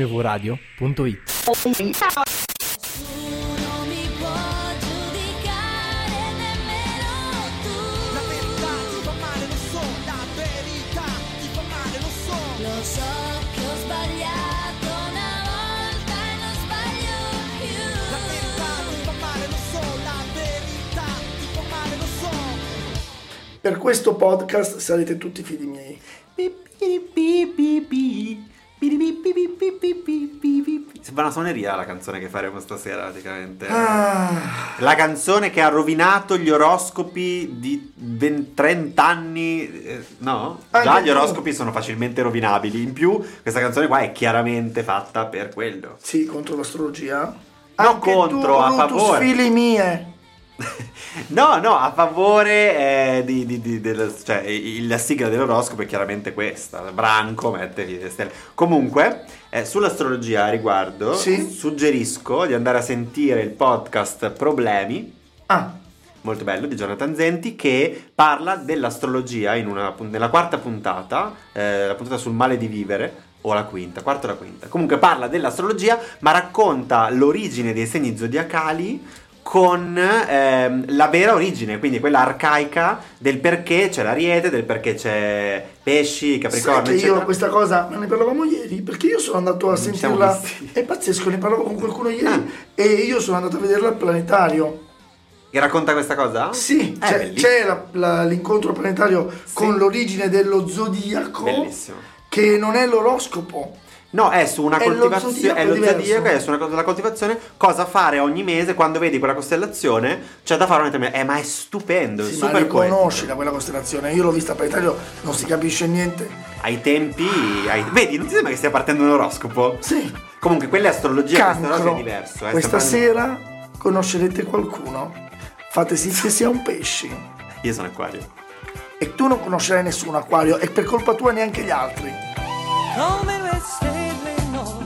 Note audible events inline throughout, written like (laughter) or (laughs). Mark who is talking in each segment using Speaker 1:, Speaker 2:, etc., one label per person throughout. Speaker 1: mvradio.it
Speaker 2: Nessuno mi può giudicare, nemmeno tu.
Speaker 3: La verità ti fa male, lo so, la verità ti fa male, lo so.
Speaker 2: Lo so che ho sbagliato una volta e non sbaglio più.
Speaker 3: La verità ti fa male, lo so, la verità ti fa male, lo so.
Speaker 4: Per questo podcast sarete tutti figli miei.
Speaker 5: Sembra una suoneria la canzone che faremo stasera praticamente.
Speaker 4: Ah,
Speaker 5: La canzone che ha rovinato gli oroscopi di 20 30 anni. eh, No?
Speaker 4: Anche
Speaker 5: Già gli
Speaker 4: tu.
Speaker 5: oroscopi sono facilmente rovinabili. In più, questa canzone qua è chiaramente fatta per quello.
Speaker 4: sì, contro l'astrologia.
Speaker 5: No,
Speaker 4: Anche
Speaker 5: contro,
Speaker 4: tu,
Speaker 5: a
Speaker 4: Brutus,
Speaker 5: favore.
Speaker 4: figli mie.
Speaker 5: No, no, a favore eh, di, di- di- del- cioè, il- la sigla dell'oroscopo è chiaramente questa. Branco, mettevi le stelle. Comunque, eh, sull'astrologia a riguardo,
Speaker 4: Sì.
Speaker 5: suggerisco di andare a sentire il podcast Problemi.
Speaker 4: Ah,
Speaker 5: molto bello di Jonathan Zenti che parla dell'astrologia in una pun- nella quarta puntata, eh, la puntata sul male di vivere o la quinta, quarta o la quinta. Comunque parla dell'astrologia, ma racconta l'origine dei segni zodiacali con ehm, la vera origine, quindi quella arcaica del perché c'è l'ariete, del perché c'è pesci,
Speaker 4: sai
Speaker 5: capricorno,
Speaker 4: che
Speaker 5: eccetera.
Speaker 4: io questa cosa, ma ne parlavamo ieri, perché io sono andato a
Speaker 5: Non ci siamo
Speaker 4: sentirla,
Speaker 5: visti.
Speaker 4: è pazzesco, ne parlavo con qualcuno ieri
Speaker 5: Ah.
Speaker 4: e io sono andato a vederla al planetario.
Speaker 5: Che racconta questa cosa?
Speaker 4: Sì,
Speaker 5: Eh,
Speaker 4: c'è,
Speaker 5: bellissimo.
Speaker 4: c'è la- la- l'incontro planetario con l'origine dello zodiaco,
Speaker 5: Bellissimo.
Speaker 4: che non è l'oroscopo.
Speaker 5: No, è su una
Speaker 4: È lo
Speaker 5: coltivazione.
Speaker 4: zodiaco
Speaker 5: È lo
Speaker 4: diverso.
Speaker 5: zodiaco, è su una cosa- la coltivazione. Cosa fare ogni mese quando vedi quella costellazione? C'è da fare un determinato. Eh, ma è stupendo. è
Speaker 4: Sì, ma
Speaker 5: super
Speaker 4: le
Speaker 5: poetico.
Speaker 4: conosci da quella costellazione, io l'ho vista al planetario, non si capisce niente.
Speaker 5: Ai tempi. ai- Vedi, non ti sembra che stia partendo un oroscopo?
Speaker 4: Sì,
Speaker 5: Comunque, quella è astrologia, questa roba
Speaker 4: cancro.
Speaker 5: è diverso. eh,
Speaker 4: Questa
Speaker 5: stiamo
Speaker 4: sera conoscerete qualcuno. Fate sì che sia un pesci.
Speaker 5: parlando- Io sono acquario.
Speaker 4: E tu non conoscerai nessuno, Acquario, e per colpa tua neanche gli altri.
Speaker 6: Come due stelle noi,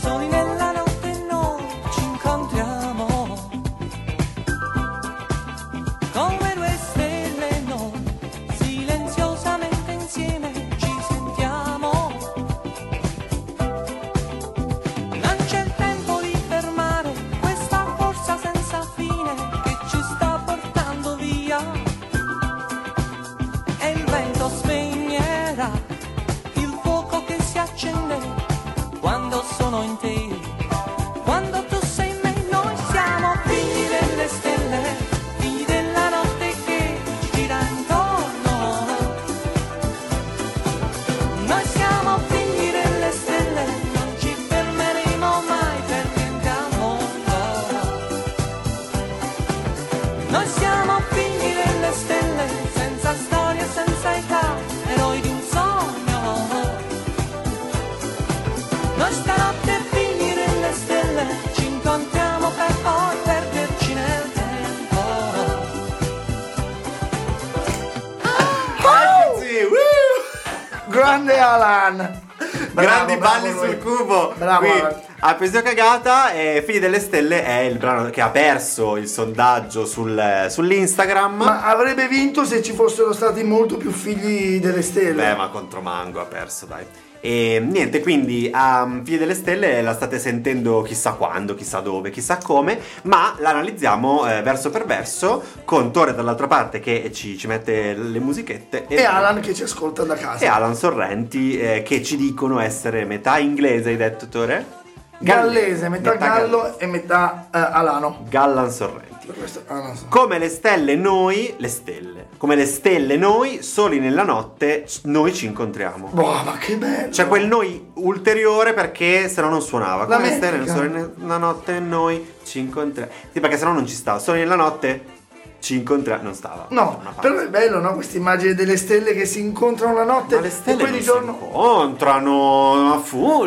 Speaker 6: soli nella notte noi ci incontriamo. Come due stelle noi, silenziosamente insieme ci sentiamo. Non c'è il tempo di fermare questa corsa senza fine che ci sta portando via. E il vento spegnerà il fuoco che si accende quando sono in te. Quando tu sei in me, noi siamo figli delle stelle, figli della notte che gira intorno. Noi siamo figli delle stelle, non ci fermeremo mai perché andiamo là. Noi siamo figli delle stelle, senza storia, senza età, eroi di un sogno. Noi stanotte figli delle stelle, ci incontriamo per poi perderci nel tempo.
Speaker 5: Sì, woo!
Speaker 4: Grande Alan!
Speaker 5: Grandi balli
Speaker 4: bravo
Speaker 5: sul
Speaker 4: lui.
Speaker 5: cubo.
Speaker 4: Bravo
Speaker 5: Qui,
Speaker 4: Alan.
Speaker 5: A Pesio Cagata e Figli delle Stelle è il brano che ha perso il sondaggio sul- eh, sull'Instagram.
Speaker 4: Ma avrebbe vinto se ci fossero stati molto più figli delle stelle.
Speaker 5: Beh, ma contro Mango ha perso, dai. E niente, quindi a Figli delle Stelle la state sentendo chissà quando, chissà dove, chissà come, ma la analizziamo eh, verso per verso con Torre dall'altra parte che ci, ci mette le musichette
Speaker 4: E Alan che ci ascolta da casa.
Speaker 5: e Alan Sorrenti eh, che ci dicono essere metà inglese, hai detto Tore?
Speaker 4: Gallese, metà, gallo
Speaker 5: gall-
Speaker 4: e metà eh, Alano.
Speaker 5: Gallan Sorrenti.
Speaker 4: Per questo, ah, non so.
Speaker 5: Come le stelle noi, le stelle, come le stelle noi, soli nella notte, noi ci incontriamo.
Speaker 4: Boh, ma che bello!
Speaker 5: C'è quel noi ulteriore perché se no non suonava.
Speaker 4: La
Speaker 5: Come
Speaker 4: metrica.
Speaker 5: stai nel sole nella notte noi ci incontriamo. Sì, perché se no non ci stava. Sole nella notte ci incontriamo. Non stava. Una
Speaker 4: No,
Speaker 5: pazza.
Speaker 4: però è bello, no? Questa immagine delle stelle che si incontrano la notte
Speaker 5: Ma le stelle
Speaker 4: e poi
Speaker 5: non
Speaker 4: di giorno.
Speaker 5: si incontrano. Ma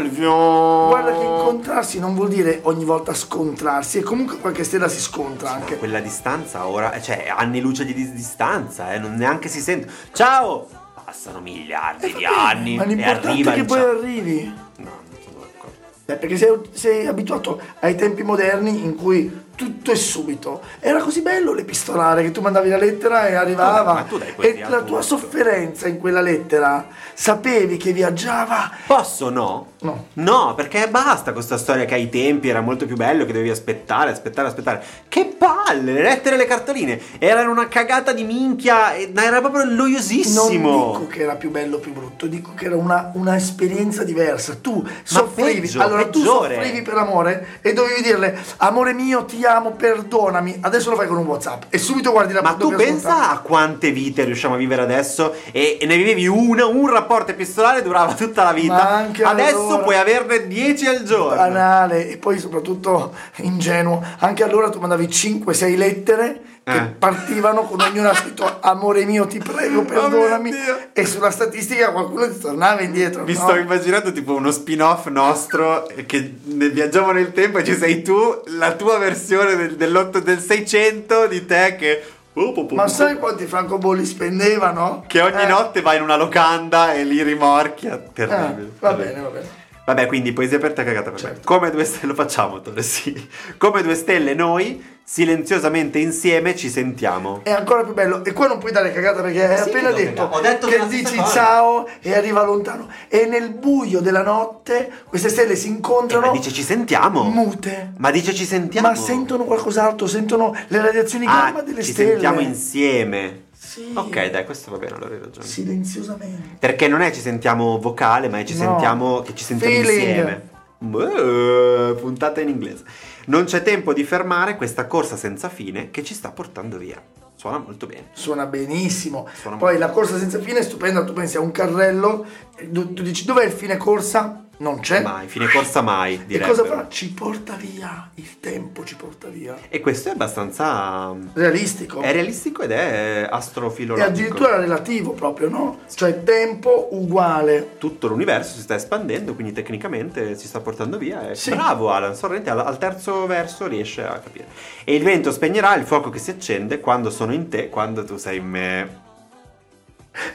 Speaker 5: Fulvio.
Speaker 4: Guarda che incontrarsi non vuol dire ogni volta scontrarsi, e comunque qualche stella si scontra anche.
Speaker 5: Quella distanza ora, cioè anni luce di dis- distanza, eh, non neanche si sente. Ciao! Passano miliardi di anni
Speaker 4: Ma
Speaker 5: e
Speaker 4: l'importante
Speaker 5: arriva diciamo.
Speaker 4: è che
Speaker 5: il
Speaker 4: poi
Speaker 5: ciao.
Speaker 4: arrivi.
Speaker 5: No, non sono d'accordo.
Speaker 4: Eh, perché sei, sei abituato ai tempi moderni in cui tutto e subito. Era così bello l'epistolare che tu mandavi la lettera e arrivava.
Speaker 5: ma tu dai quel
Speaker 4: e
Speaker 5: via
Speaker 4: la
Speaker 5: tutto.
Speaker 4: tua sofferenza in quella lettera sapevi che viaggiava
Speaker 5: Posso no?
Speaker 4: No.
Speaker 5: No, perché basta con sta storia che ai tempi era molto più bello, che dovevi aspettare, aspettare, aspettare. Che palle, le lettere e le cartoline. Erano una cagata di minchia, e- ma era proprio
Speaker 4: Non
Speaker 5: noiosissimo.
Speaker 4: dico che era più bello o più brutto, dico che era una, una esperienza diversa. Tu soffrivi,
Speaker 5: peggio,
Speaker 4: allora
Speaker 5: peggiore.
Speaker 4: tu soffrivi per amore e dovevi dirle amore mio, ti amo, perdonami. Adesso lo fai con un WhatsApp e subito guardi la
Speaker 5: Ma tu
Speaker 4: doppia svolta.
Speaker 5: pensa a quante vite riusciamo a vivere adesso e, e ne vivevi una, un rapporto epistolare durava tutta la vita.
Speaker 4: Ma anche
Speaker 5: adesso
Speaker 4: allora-
Speaker 5: puoi averne 10 al giorno.
Speaker 4: banale e poi soprattutto ingenuo. Anche allora tu mandavi 5-6 lettere che
Speaker 5: Eh. Oh
Speaker 4: partivano con ognuna scritto amore mio, ti prego, perdonami.
Speaker 5: Dio.
Speaker 4: e sulla statistica qualcuno ti tornava indietro.
Speaker 5: Mi
Speaker 4: no?
Speaker 5: sto immaginando tipo uno spin-off nostro eh, che ne viaggiamo nel tempo e ci sei tu, la tua versione del, dell'otto- del 600 di te che... oh, po, po,
Speaker 4: Ma
Speaker 5: po,
Speaker 4: sai quanti francobolli spendevano?
Speaker 5: Che ogni
Speaker 4: Eh.
Speaker 5: notte va in una locanda e li rimorchia. Terribile.
Speaker 4: Eh, va bene, Certo. va bene.
Speaker 5: Vabbè, quindi poesia aperta cagata per me. Come due stelle, lo facciamo, Tore, sì. Come due stelle noi, silenziosamente insieme, ci sentiamo.
Speaker 4: È ancora più bello. E qua non puoi dare cagata perché hai
Speaker 5: Sì,
Speaker 4: appena
Speaker 5: non
Speaker 4: detto,
Speaker 5: cagata. Ho detto
Speaker 4: che
Speaker 5: la stessa
Speaker 4: dici
Speaker 5: cosa.
Speaker 4: ciao e arriva lontano. E nel buio della notte queste stelle si
Speaker 5: Eh, ma
Speaker 4: incontrano
Speaker 5: dice ci sentiamo.
Speaker 4: mute.
Speaker 5: Ma dice ci sentiamo.
Speaker 4: Ma sentono qualcos'altro, sentono le radiazioni gamma
Speaker 5: Ah,
Speaker 4: delle
Speaker 5: ci
Speaker 4: stelle.
Speaker 5: sentiamo insieme.
Speaker 4: Sì.
Speaker 5: Ok, dai, questo va bene, allora hai ragione.
Speaker 4: Silenziosamente.
Speaker 5: Perché non è ci sentiamo vocale, ma è ci
Speaker 4: No.
Speaker 5: sentiamo che ci sentiamo
Speaker 4: Feeling.
Speaker 5: insieme. Beh, puntata in inglese. Non c'è tempo di fermare questa corsa senza fine che ci sta portando via. Suona molto bene.
Speaker 4: Suona benissimo.
Speaker 5: Suona
Speaker 4: Poi
Speaker 5: molto.
Speaker 4: la corsa senza fine è stupenda. Tu pensi a un carrello, e tu, tu dici dov'è il fine corsa? Non c'è.
Speaker 5: Mai, fine corsa mai,
Speaker 4: Eh? e
Speaker 5: direi.
Speaker 4: cosa fa? Ci porta via. Il tempo ci porta via.
Speaker 5: E questo è abbastanza mm,
Speaker 4: Realistico.
Speaker 5: è realistico ed è
Speaker 4: E
Speaker 5: astrofilologico.
Speaker 4: addirittura relativo proprio, no? Cioè tempo uguale.
Speaker 5: tutto l'universo si sta espandendo, quindi tecnicamente si sta portando via. E
Speaker 4: Sì.
Speaker 5: Bravo Alan Sorrenti, al, al terzo verso riesce a capire. E il vento spegnerà il fuoco che si accende quando sono in te, quando tu sei in me.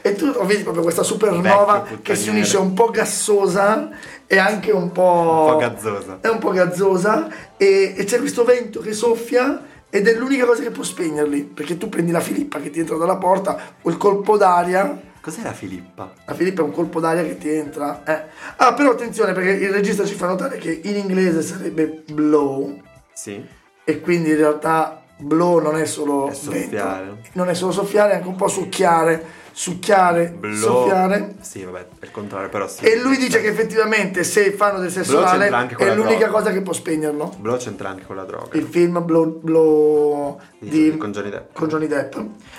Speaker 4: E tu vedi proprio questa supernova
Speaker 5: Vecchio
Speaker 4: che si
Speaker 5: puttaniere.
Speaker 4: unisce un po' gassosa e anche un po'...
Speaker 5: Un po' gazzosa.
Speaker 4: È un po' gazzosa e, e c'è questo vento che soffia ed è l'unica cosa che può spegnerli. Perché tu prendi la Filippa che ti entra dalla porta, o il colpo d'aria...
Speaker 5: Cos'era Filippa?
Speaker 4: La Filippa è un colpo d'aria che ti entra. eh. Ah, però attenzione perché il regista ci fa notare che in inglese sarebbe blow,
Speaker 5: Sì.
Speaker 4: e quindi in realtà blow non è solo
Speaker 5: È soffiare.
Speaker 4: Oh, vento, non è solo soffiare, è anche un po' succhiare, succhiare,
Speaker 5: Blow.
Speaker 4: soffiare.
Speaker 5: Sì, vabbè, è il contrario, però sì.
Speaker 4: E lui dice che effettivamente se fanno del sesso
Speaker 5: Blow c'entra
Speaker 4: orale
Speaker 5: anche con
Speaker 4: è
Speaker 5: la
Speaker 4: l'unica
Speaker 5: droga.
Speaker 4: cosa che può spegnerlo.
Speaker 5: Blow c'entra anche con la droga.
Speaker 4: Il film Blow, Blow
Speaker 5: Di-
Speaker 4: di,
Speaker 5: con Johnny Depp.
Speaker 4: con Johnny Depp.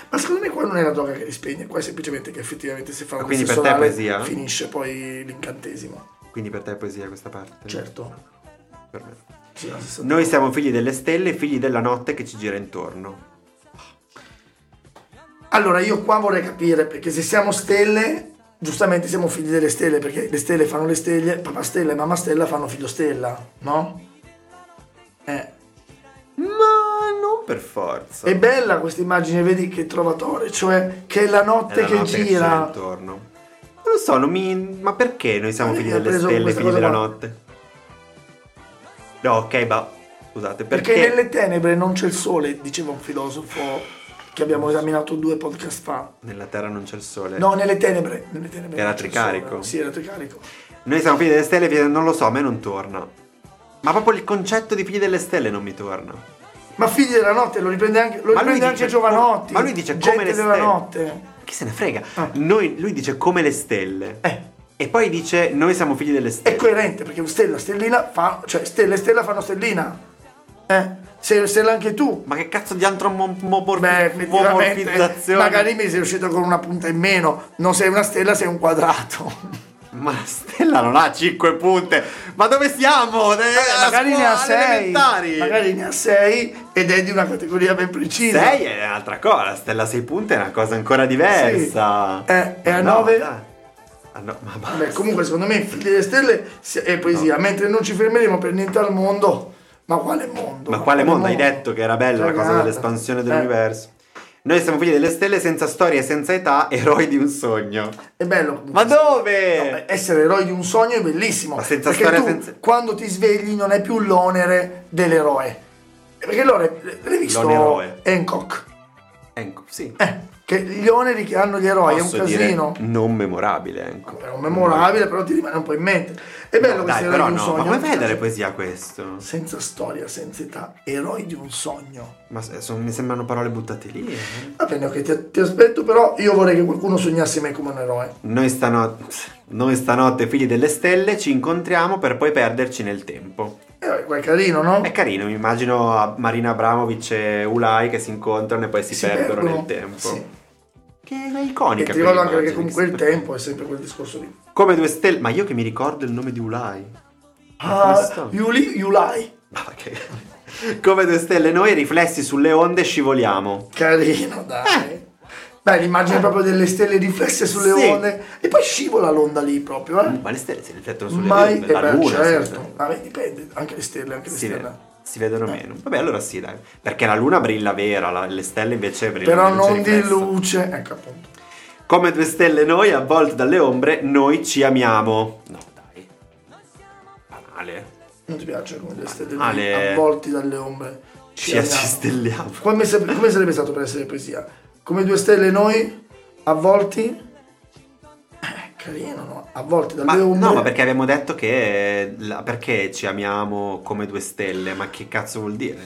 Speaker 4: Ma secondo me qua non è la droga che li spegne, qua è semplicemente che effettivamente se fanno
Speaker 5: Ma
Speaker 4: del
Speaker 5: Ah, quindi
Speaker 4: sesso
Speaker 5: per te è
Speaker 4: orale
Speaker 5: poesia?
Speaker 4: finisce poi l'incantesimo.
Speaker 5: Quindi per te è poesia questa parte?
Speaker 4: Certo.
Speaker 5: Per me.
Speaker 4: Sì, la stessa-
Speaker 5: Noi siamo figli delle stelle, figli della notte che ci gira intorno.
Speaker 4: Allora, io qua vorrei capire, perché se siamo stelle, giustamente siamo figli delle stelle, perché le stelle fanno le stelle, papà stella e mamma stella fanno figlio stella, no? Eh.
Speaker 5: Ma non per forza.
Speaker 4: È bella questa immagine, vedi, che trova Tore, cioè che è la
Speaker 5: È
Speaker 4: notte
Speaker 5: la
Speaker 4: che
Speaker 5: notte ci gira
Speaker 4: gira.
Speaker 5: intorno. Non lo so, non mi... ma perché noi siamo
Speaker 4: Ma
Speaker 5: figli
Speaker 4: lei ha
Speaker 5: delle
Speaker 4: preso
Speaker 5: stelle,
Speaker 4: questa
Speaker 5: figli
Speaker 4: cosa
Speaker 5: della
Speaker 4: qua.
Speaker 5: notte? No, ok, ma scusate, perché,
Speaker 4: perché nelle tenebre non c'è il sole, diceva un filosofo che abbiamo esaminato due podcast fa.
Speaker 5: nella Terra non c'è il sole?
Speaker 4: No, nelle tenebre. nelle tenebre
Speaker 5: Eh. Era
Speaker 4: non c'è il sole.
Speaker 5: tricarico?
Speaker 4: Sì, era tricarico.
Speaker 5: Noi siamo figli delle stelle, figli- non lo so, a me non torna. Ma proprio il concetto di figli delle stelle non mi torna.
Speaker 4: Ma figli della notte lo riprende anche, lo
Speaker 5: Ma lui
Speaker 4: riprende
Speaker 5: dice-
Speaker 4: anche Giovanotti.
Speaker 5: ma lui dice
Speaker 4: gente
Speaker 5: come le
Speaker 4: della
Speaker 5: stelle.
Speaker 4: notte.
Speaker 5: Chi se ne frega?
Speaker 4: Ah.
Speaker 5: Noi- lui dice come le stelle.
Speaker 4: Eh.
Speaker 5: E poi dice noi siamo figli delle
Speaker 4: è
Speaker 5: stelle.
Speaker 4: coerente perché stella stellina fa cioè stella e stella fanno stellina eh sei stella anche tu
Speaker 5: Ma che cazzo di
Speaker 4: beh effettivamente
Speaker 5: antromomorfizzazione?
Speaker 4: magari mi sei uscito con una punta in meno non sei una stella sei un quadrato
Speaker 5: Ma la stella non ha 5 punte. Ma dove siamo? Eh, alla
Speaker 4: magari ne ha
Speaker 5: scuola, alle
Speaker 4: sei
Speaker 5: elementari.
Speaker 4: magari ne ha sei ed è di una categoria ben precisa
Speaker 5: 6 è un'altra cosa, la stella a 6 punte è una cosa ancora diversa.
Speaker 4: Sì. Eh, e a
Speaker 5: Ma no,
Speaker 4: nove?
Speaker 5: dai. Ah, no, ma basta.
Speaker 4: Beh, comunque secondo me figli delle stelle si- è poesia mentre non ci fermeremo per niente al mondo ma quale mondo
Speaker 5: Ma quale mondo? Hai detto che era bella la cosa
Speaker 4: Cagata.
Speaker 5: dell'espansione
Speaker 4: Eh.
Speaker 5: dell'universo. Noi siamo figli delle stelle senza storie, senza età, eroi di un sogno.
Speaker 4: È bello. comunque.
Speaker 5: Ma dove?
Speaker 4: No, beh, eh. essere eroi di un sogno è bellissimo.
Speaker 5: Ma senza
Speaker 4: perché
Speaker 5: storia,
Speaker 4: tu,
Speaker 5: senza-
Speaker 4: quando ti svegli non è più l'onere dell'eroe. Perché allora, l'hai visto
Speaker 5: Lone eroe.
Speaker 4: Hancock?
Speaker 5: Ecco, sì.
Speaker 4: Eh, che gli oneri che hanno gli eroi
Speaker 5: Posso
Speaker 4: è un
Speaker 5: dire
Speaker 4: casino.
Speaker 5: non memorabile, ecco.
Speaker 4: È un memorabile, però ti rimane un po' in mente. È bello
Speaker 5: No,
Speaker 4: che
Speaker 5: dai,
Speaker 4: sia
Speaker 5: però
Speaker 4: un
Speaker 5: no,
Speaker 4: sogno.
Speaker 5: ma come fai a dare poesia a questo?
Speaker 4: Senza storia, senza età, eroi di un sogno.
Speaker 5: Ma se- sono- mi sembrano parole buttate lì. eh.
Speaker 4: Va bene, ok, ti, ti aspetto, però io vorrei che qualcuno sognasse me come un eroe.
Speaker 5: Noi, stanotte, noi stanotte, figli delle stelle, ci incontriamo per poi perderci nel tempo.
Speaker 4: Eh, qua è carino, no?
Speaker 5: È carino, mi immagino a Marina Abramovic e Ulai che si incontrano e poi si, perdono, nel tempo.
Speaker 4: Sì.
Speaker 5: Che è
Speaker 4: E
Speaker 5: iconica.
Speaker 4: ti ricordo anche
Speaker 5: quell'immagine,
Speaker 4: perché comunque il
Speaker 5: sì.
Speaker 4: tempo è sempre quel discorso lì.
Speaker 5: Come due stelle. Ma io che mi ricordo il nome di Ulai.
Speaker 4: Ah,
Speaker 5: questo?
Speaker 4: you, li- you lie.
Speaker 5: Ah, Ma perché? (laughs) Come due stelle noi, riflessi sulle onde, scivoliamo.
Speaker 4: Carino, dai. Dai, l'immagine proprio delle stelle riflesse sulle
Speaker 5: Sì.
Speaker 4: onde. E poi scivola l'onda lì proprio, eh.
Speaker 5: Ma le stelle si riflettono sulle
Speaker 4: Mai,
Speaker 5: onde,
Speaker 4: eh,
Speaker 5: la
Speaker 4: beh,
Speaker 5: luna.
Speaker 4: certo.
Speaker 5: si-
Speaker 4: Ma beh, dipende, anche le stelle, anche le
Speaker 5: Si,
Speaker 4: stelle.
Speaker 5: si vedono
Speaker 4: Eh.
Speaker 5: meno. Vabbè, allora sì, dai. Perché la luna brilla vera, la- le stelle invece brillano.
Speaker 4: Però
Speaker 5: in luce
Speaker 4: non di
Speaker 5: riflessa.
Speaker 4: luce. Ecco appunto.
Speaker 5: Come due stelle noi, avvolte dalle ombre, noi ci amiamo. No, dai. Banale.
Speaker 4: Non ti piace come le stelle
Speaker 5: Ah, le-
Speaker 4: avvolti dalle ombre.
Speaker 5: Ci accistelliamo.
Speaker 4: Come, se- come sarebbe stato per essere poesia? Come due stelle noi avvolti. Eh, carino, no? Avvolti dalle
Speaker 5: Ma,
Speaker 4: ombre.
Speaker 5: no, ma perché abbiamo detto che la- perché ci amiamo come due stelle? Ma che cazzo vuol dire?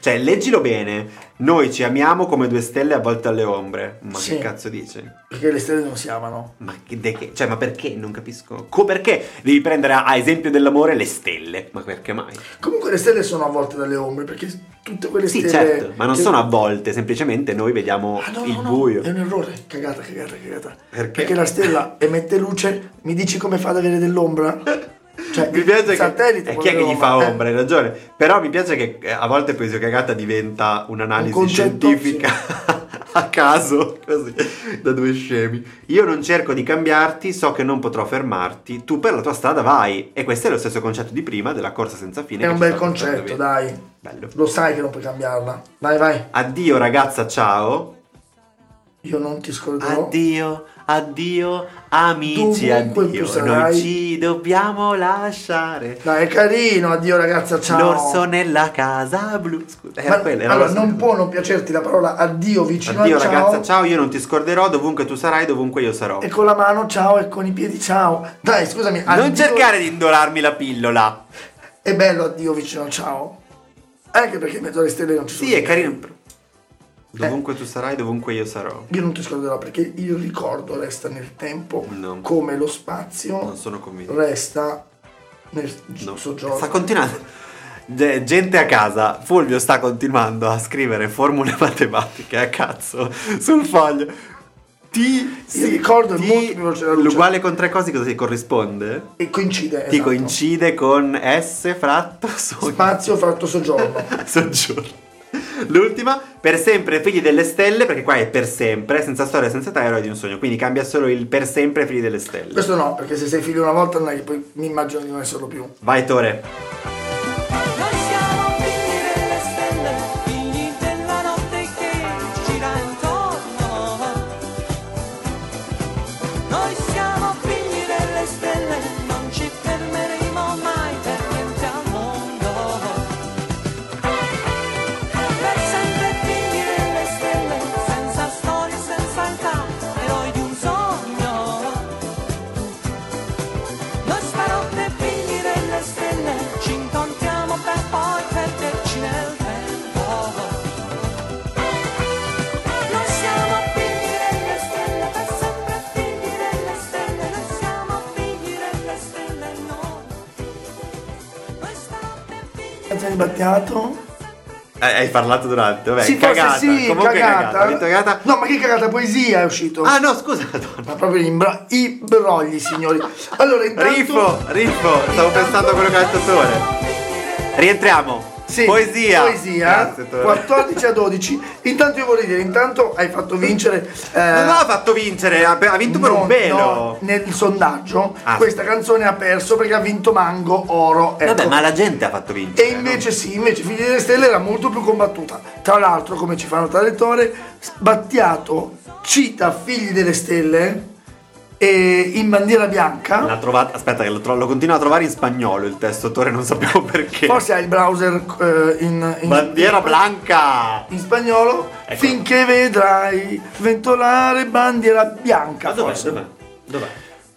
Speaker 5: Cioè, leggilo bene. Noi ci amiamo come due stelle avvolte alle ombre. Ma
Speaker 4: Sì.
Speaker 5: che cazzo dici?
Speaker 4: Perché le stelle non si amano.
Speaker 5: Ma, che- de che- cioè, ma perché? Non capisco. Co- perché devi prendere a, a esempio dell'amore le stelle? Ma perché mai?
Speaker 4: Comunque le stelle sono avvolte dalle ombre perché tutte quelle
Speaker 5: Sì,
Speaker 4: stelle.
Speaker 5: certo, ma non
Speaker 4: che-
Speaker 5: sono avvolte, semplicemente noi vediamo
Speaker 4: Ah, no,
Speaker 5: il
Speaker 4: no, no,
Speaker 5: buio.
Speaker 4: È un errore. Cagata, cagata, cagata.
Speaker 5: Perché?
Speaker 4: la stella emette luce. Mi dici come fa ad avere
Speaker 5: (laughs)
Speaker 4: dell'ombra? Cioè,
Speaker 5: Mi piace
Speaker 4: il satellite
Speaker 5: che, eh, chi è che
Speaker 4: quello
Speaker 5: gli fa
Speaker 4: dell'ombra, eh.
Speaker 5: ombra, hai ragione. Però mi piace che eh, a volte Poesia Cagata diventa un'analisi
Speaker 4: Un concetto,
Speaker 5: scientifica (laughs) a caso, così, da due scemi. Io non cerco di cambiarti, so che non potrò fermarti, tu per la tua strada vai. E questo è lo stesso concetto di prima della corsa senza fine.
Speaker 4: È
Speaker 5: che
Speaker 4: un
Speaker 5: ci
Speaker 4: bel
Speaker 5: sta portando
Speaker 4: concetto,
Speaker 5: via.
Speaker 4: dai.
Speaker 5: Bello.
Speaker 4: Lo sai che non puoi cambiarla. Vai, vai.
Speaker 5: Addio ragazza, ciao.
Speaker 4: Io non ti scorderò.
Speaker 5: Addio, addio, amici,
Speaker 4: Dovunque tu
Speaker 5: addio.
Speaker 4: sarai.
Speaker 5: Noi ci dobbiamo lasciare.
Speaker 4: Dai, è carino. Addio, ragazza. Ciao.
Speaker 5: L'orso nella casa blu. Scusa, era
Speaker 4: Ma-
Speaker 5: quella, era
Speaker 4: allora,
Speaker 5: l'orso
Speaker 4: non
Speaker 5: nella-
Speaker 4: può non piacerti la parola addio vicino
Speaker 5: Addio
Speaker 4: al ciao.
Speaker 5: ragazza, ciao, io non ti scorderò, dovunque tu sarai, dovunque io sarò.
Speaker 4: E con la mano ciao e con i piedi ciao. Dai, scusami.
Speaker 5: Non
Speaker 4: addio-
Speaker 5: cercare di indolarmi la pillola.
Speaker 4: È bello addio vicino al ciao. Anche perché in mezzo alle stelle non ci sono.
Speaker 5: Sì, è
Speaker 4: niente.
Speaker 5: carino.
Speaker 4: Eh.
Speaker 5: Dovunque tu sarai, dovunque io sarò.
Speaker 4: Io non ti scorderò perché il ricordo resta nel tempo
Speaker 5: No.
Speaker 4: come lo spazio
Speaker 5: Non sono convinto.
Speaker 4: resta nel
Speaker 5: No.
Speaker 4: soggiorno.
Speaker 5: Sta continuando. Ge- Gente a casa, Fulvio sta continuando a scrivere formule (laughs) matematiche a cazzo sul foglio. Ti si
Speaker 4: ricordo è molto più veloce della luce.
Speaker 5: L'uguale con tre cose cosa si corrisponde?
Speaker 4: e coincide.
Speaker 5: Ti
Speaker 4: esatto.
Speaker 5: coincide con S fratto sogno. (laughs)
Speaker 4: Spazio fatto soggiorno.
Speaker 5: Soggiorno. L'ultima, per sempre figli delle stelle, perché qua è per sempre, senza storia, senza età, eroi di un sogno. Quindi cambia solo il per sempre figli delle stelle.
Speaker 4: Questo no, perché se sei figlio una volta non è che poi mi immagino di non esserlo più.
Speaker 5: Vai Tore.
Speaker 6: Noi siamo figli delle stelle, figli della notte che gira intorno. Noi siamo figli delle stelle, non ci fermeremo mai per niente al mondo. Per sempre figli delle stelle, senza storia, senza età, eroi di un sogno. Noi stanotte figli delle stelle ci incontriamo per poi perderci nel tempo. Noi siamo figli delle stelle, per sempre figli delle stelle, noi siamo figli delle stelle, no. Noi stanotte figli
Speaker 4: Canzone di Battiato?
Speaker 5: Eh, Hai parlato durante, vabbè,
Speaker 4: sì,
Speaker 5: cagata,
Speaker 4: forse sì,
Speaker 5: comunque
Speaker 4: cagata.
Speaker 5: cagata, detto cagata.
Speaker 4: No, ma che cagata poesia è uscito?
Speaker 5: Ah no, scusa, Madonna.
Speaker 4: Ma proprio in bro- i brogli, signori. Allora, intanto
Speaker 5: Riffo, riffo, stavo
Speaker 4: Intanto-
Speaker 5: pensando a quello che ha detto Tore. Rientriamo.
Speaker 4: Sì,
Speaker 5: poesia.
Speaker 4: poesia,
Speaker 5: Grazie, Tore.
Speaker 4: 14 a 12. Intanto io vorrei dire, intanto hai fatto vincere eh,
Speaker 5: Non l'ha fatto vincere, ha ha vinto per
Speaker 4: No,
Speaker 5: un pelo.
Speaker 4: no, nel sondaggio
Speaker 5: Ah.
Speaker 4: questa canzone ha perso perché ha vinto Mango Oro. ecco.
Speaker 5: Vabbè, ma la gente ha fatto
Speaker 4: E
Speaker 5: vincere.
Speaker 4: invece sì, invece Figli delle Stelle era molto più combattuta. Tra l'altro, come ci fa notare Tore, Battiato cita Figli delle Stelle E in bandiera bianca,
Speaker 5: L'ha trovata, aspetta che lo, tro- lo continuo a trovare in spagnolo il testo, Tore, non sapevo (laughs) perché.
Speaker 4: forse hai il browser eh, in, in-
Speaker 5: Bandiera blanca!
Speaker 4: in spagnolo,
Speaker 5: Ecco.
Speaker 4: finché vedrai ventolare bandiera bianca.
Speaker 5: Ma dov'è?
Speaker 4: forse.
Speaker 5: Dov'è? Dov'è?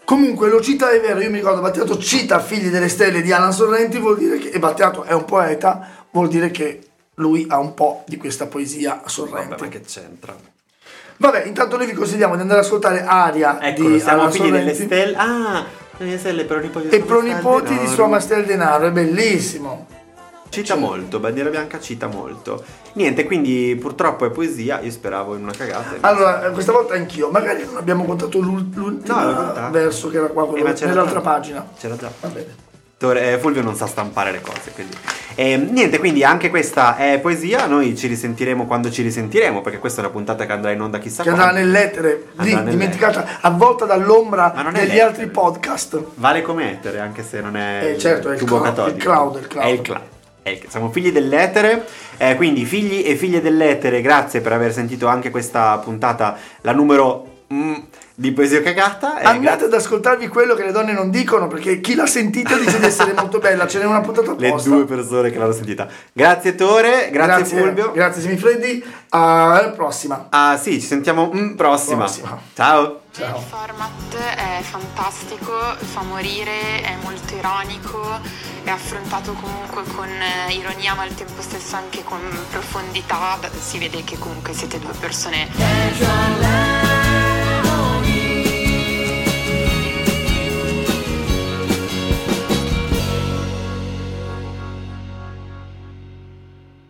Speaker 4: Comunque lo cita è vero, io mi ricordo Battiato cita Figli delle Stelle di Alan Sorrenti, vuol dire che, e Battiato è un poeta, vuol dire che lui ha un po' di questa poesia Sorrenti.
Speaker 5: Vabbè, ma che c'entra?
Speaker 4: Vabbè, intanto noi vi consigliamo di andare ad ascoltare Aria
Speaker 5: Eccolo,
Speaker 4: di
Speaker 5: siamo
Speaker 4: Alan
Speaker 5: figli delle
Speaker 4: Sorrenti
Speaker 5: stelle. Ah, delle stelle pronipoti di
Speaker 4: e
Speaker 5: Sua
Speaker 4: pronipoti di
Speaker 5: Maestà
Speaker 4: Sua
Speaker 5: Denaro.
Speaker 4: Maestà il Denaro, è bellissimo.
Speaker 5: Cita molto, bandiera bianca cita molto. Niente, quindi purtroppo è poesia, io speravo in una cagata. invece-
Speaker 4: Allora, eh, questa volta anch'io, magari non abbiamo contato l'ul-
Speaker 5: No,
Speaker 4: l'ultimo
Speaker 5: l'ho contata.
Speaker 4: verso che era qua,
Speaker 5: Eh,
Speaker 4: quello,
Speaker 5: ma c'era
Speaker 4: nell'altra
Speaker 5: già.
Speaker 4: pagina.
Speaker 5: C'era già.
Speaker 4: Va bene.
Speaker 5: Tore- eh, Fulvio non sa stampare le cose, quindi. Eh, niente, quindi anche questa è poesia, noi ci risentiremo quando ci risentiremo, perché questa è una puntata che andrà in onda chissà
Speaker 4: Che andrà
Speaker 5: quando.
Speaker 4: nell'etere, lì,
Speaker 5: nell'etere.
Speaker 4: dimenticata, avvolta dall'ombra
Speaker 5: Ma non è Eh,
Speaker 4: degli
Speaker 5: l'etere.
Speaker 4: altri podcast.
Speaker 5: Vale come etere, anche se non è
Speaker 4: Eh, certo, è il
Speaker 5: tubo
Speaker 4: cla-
Speaker 5: catodico.
Speaker 4: il cloud, il cloud.
Speaker 5: È il cloud. È il- Siamo figli dell'etere, eh, quindi figli e figlie dell'etere, grazie per aver sentito anche questa puntata, la numero mm, di Poesia Cagata. eh,
Speaker 4: Andate
Speaker 5: grazie-
Speaker 4: ad ascoltarvi quello che le donne non dicono, perché chi l'ha sentita dice di
Speaker 5: (laughs)
Speaker 4: essere molto bella, ce n'è una puntata
Speaker 5: le
Speaker 4: apposta.
Speaker 5: due persone che l'hanno sentita. Grazie Tore, grazie, Fulvio.
Speaker 4: Grazie Semifreddi, alla prossima.
Speaker 5: ah sì, ci sentiamo mm, prossima.
Speaker 4: Prossima.
Speaker 5: Ciao.
Speaker 4: Ciao.
Speaker 1: Il format è fantastico, fa morire, è molto ironico, è affrontato comunque con eh, ironia ma al tempo stesso anche con profondità, si vede che comunque siete due persone
Speaker 2: There's a light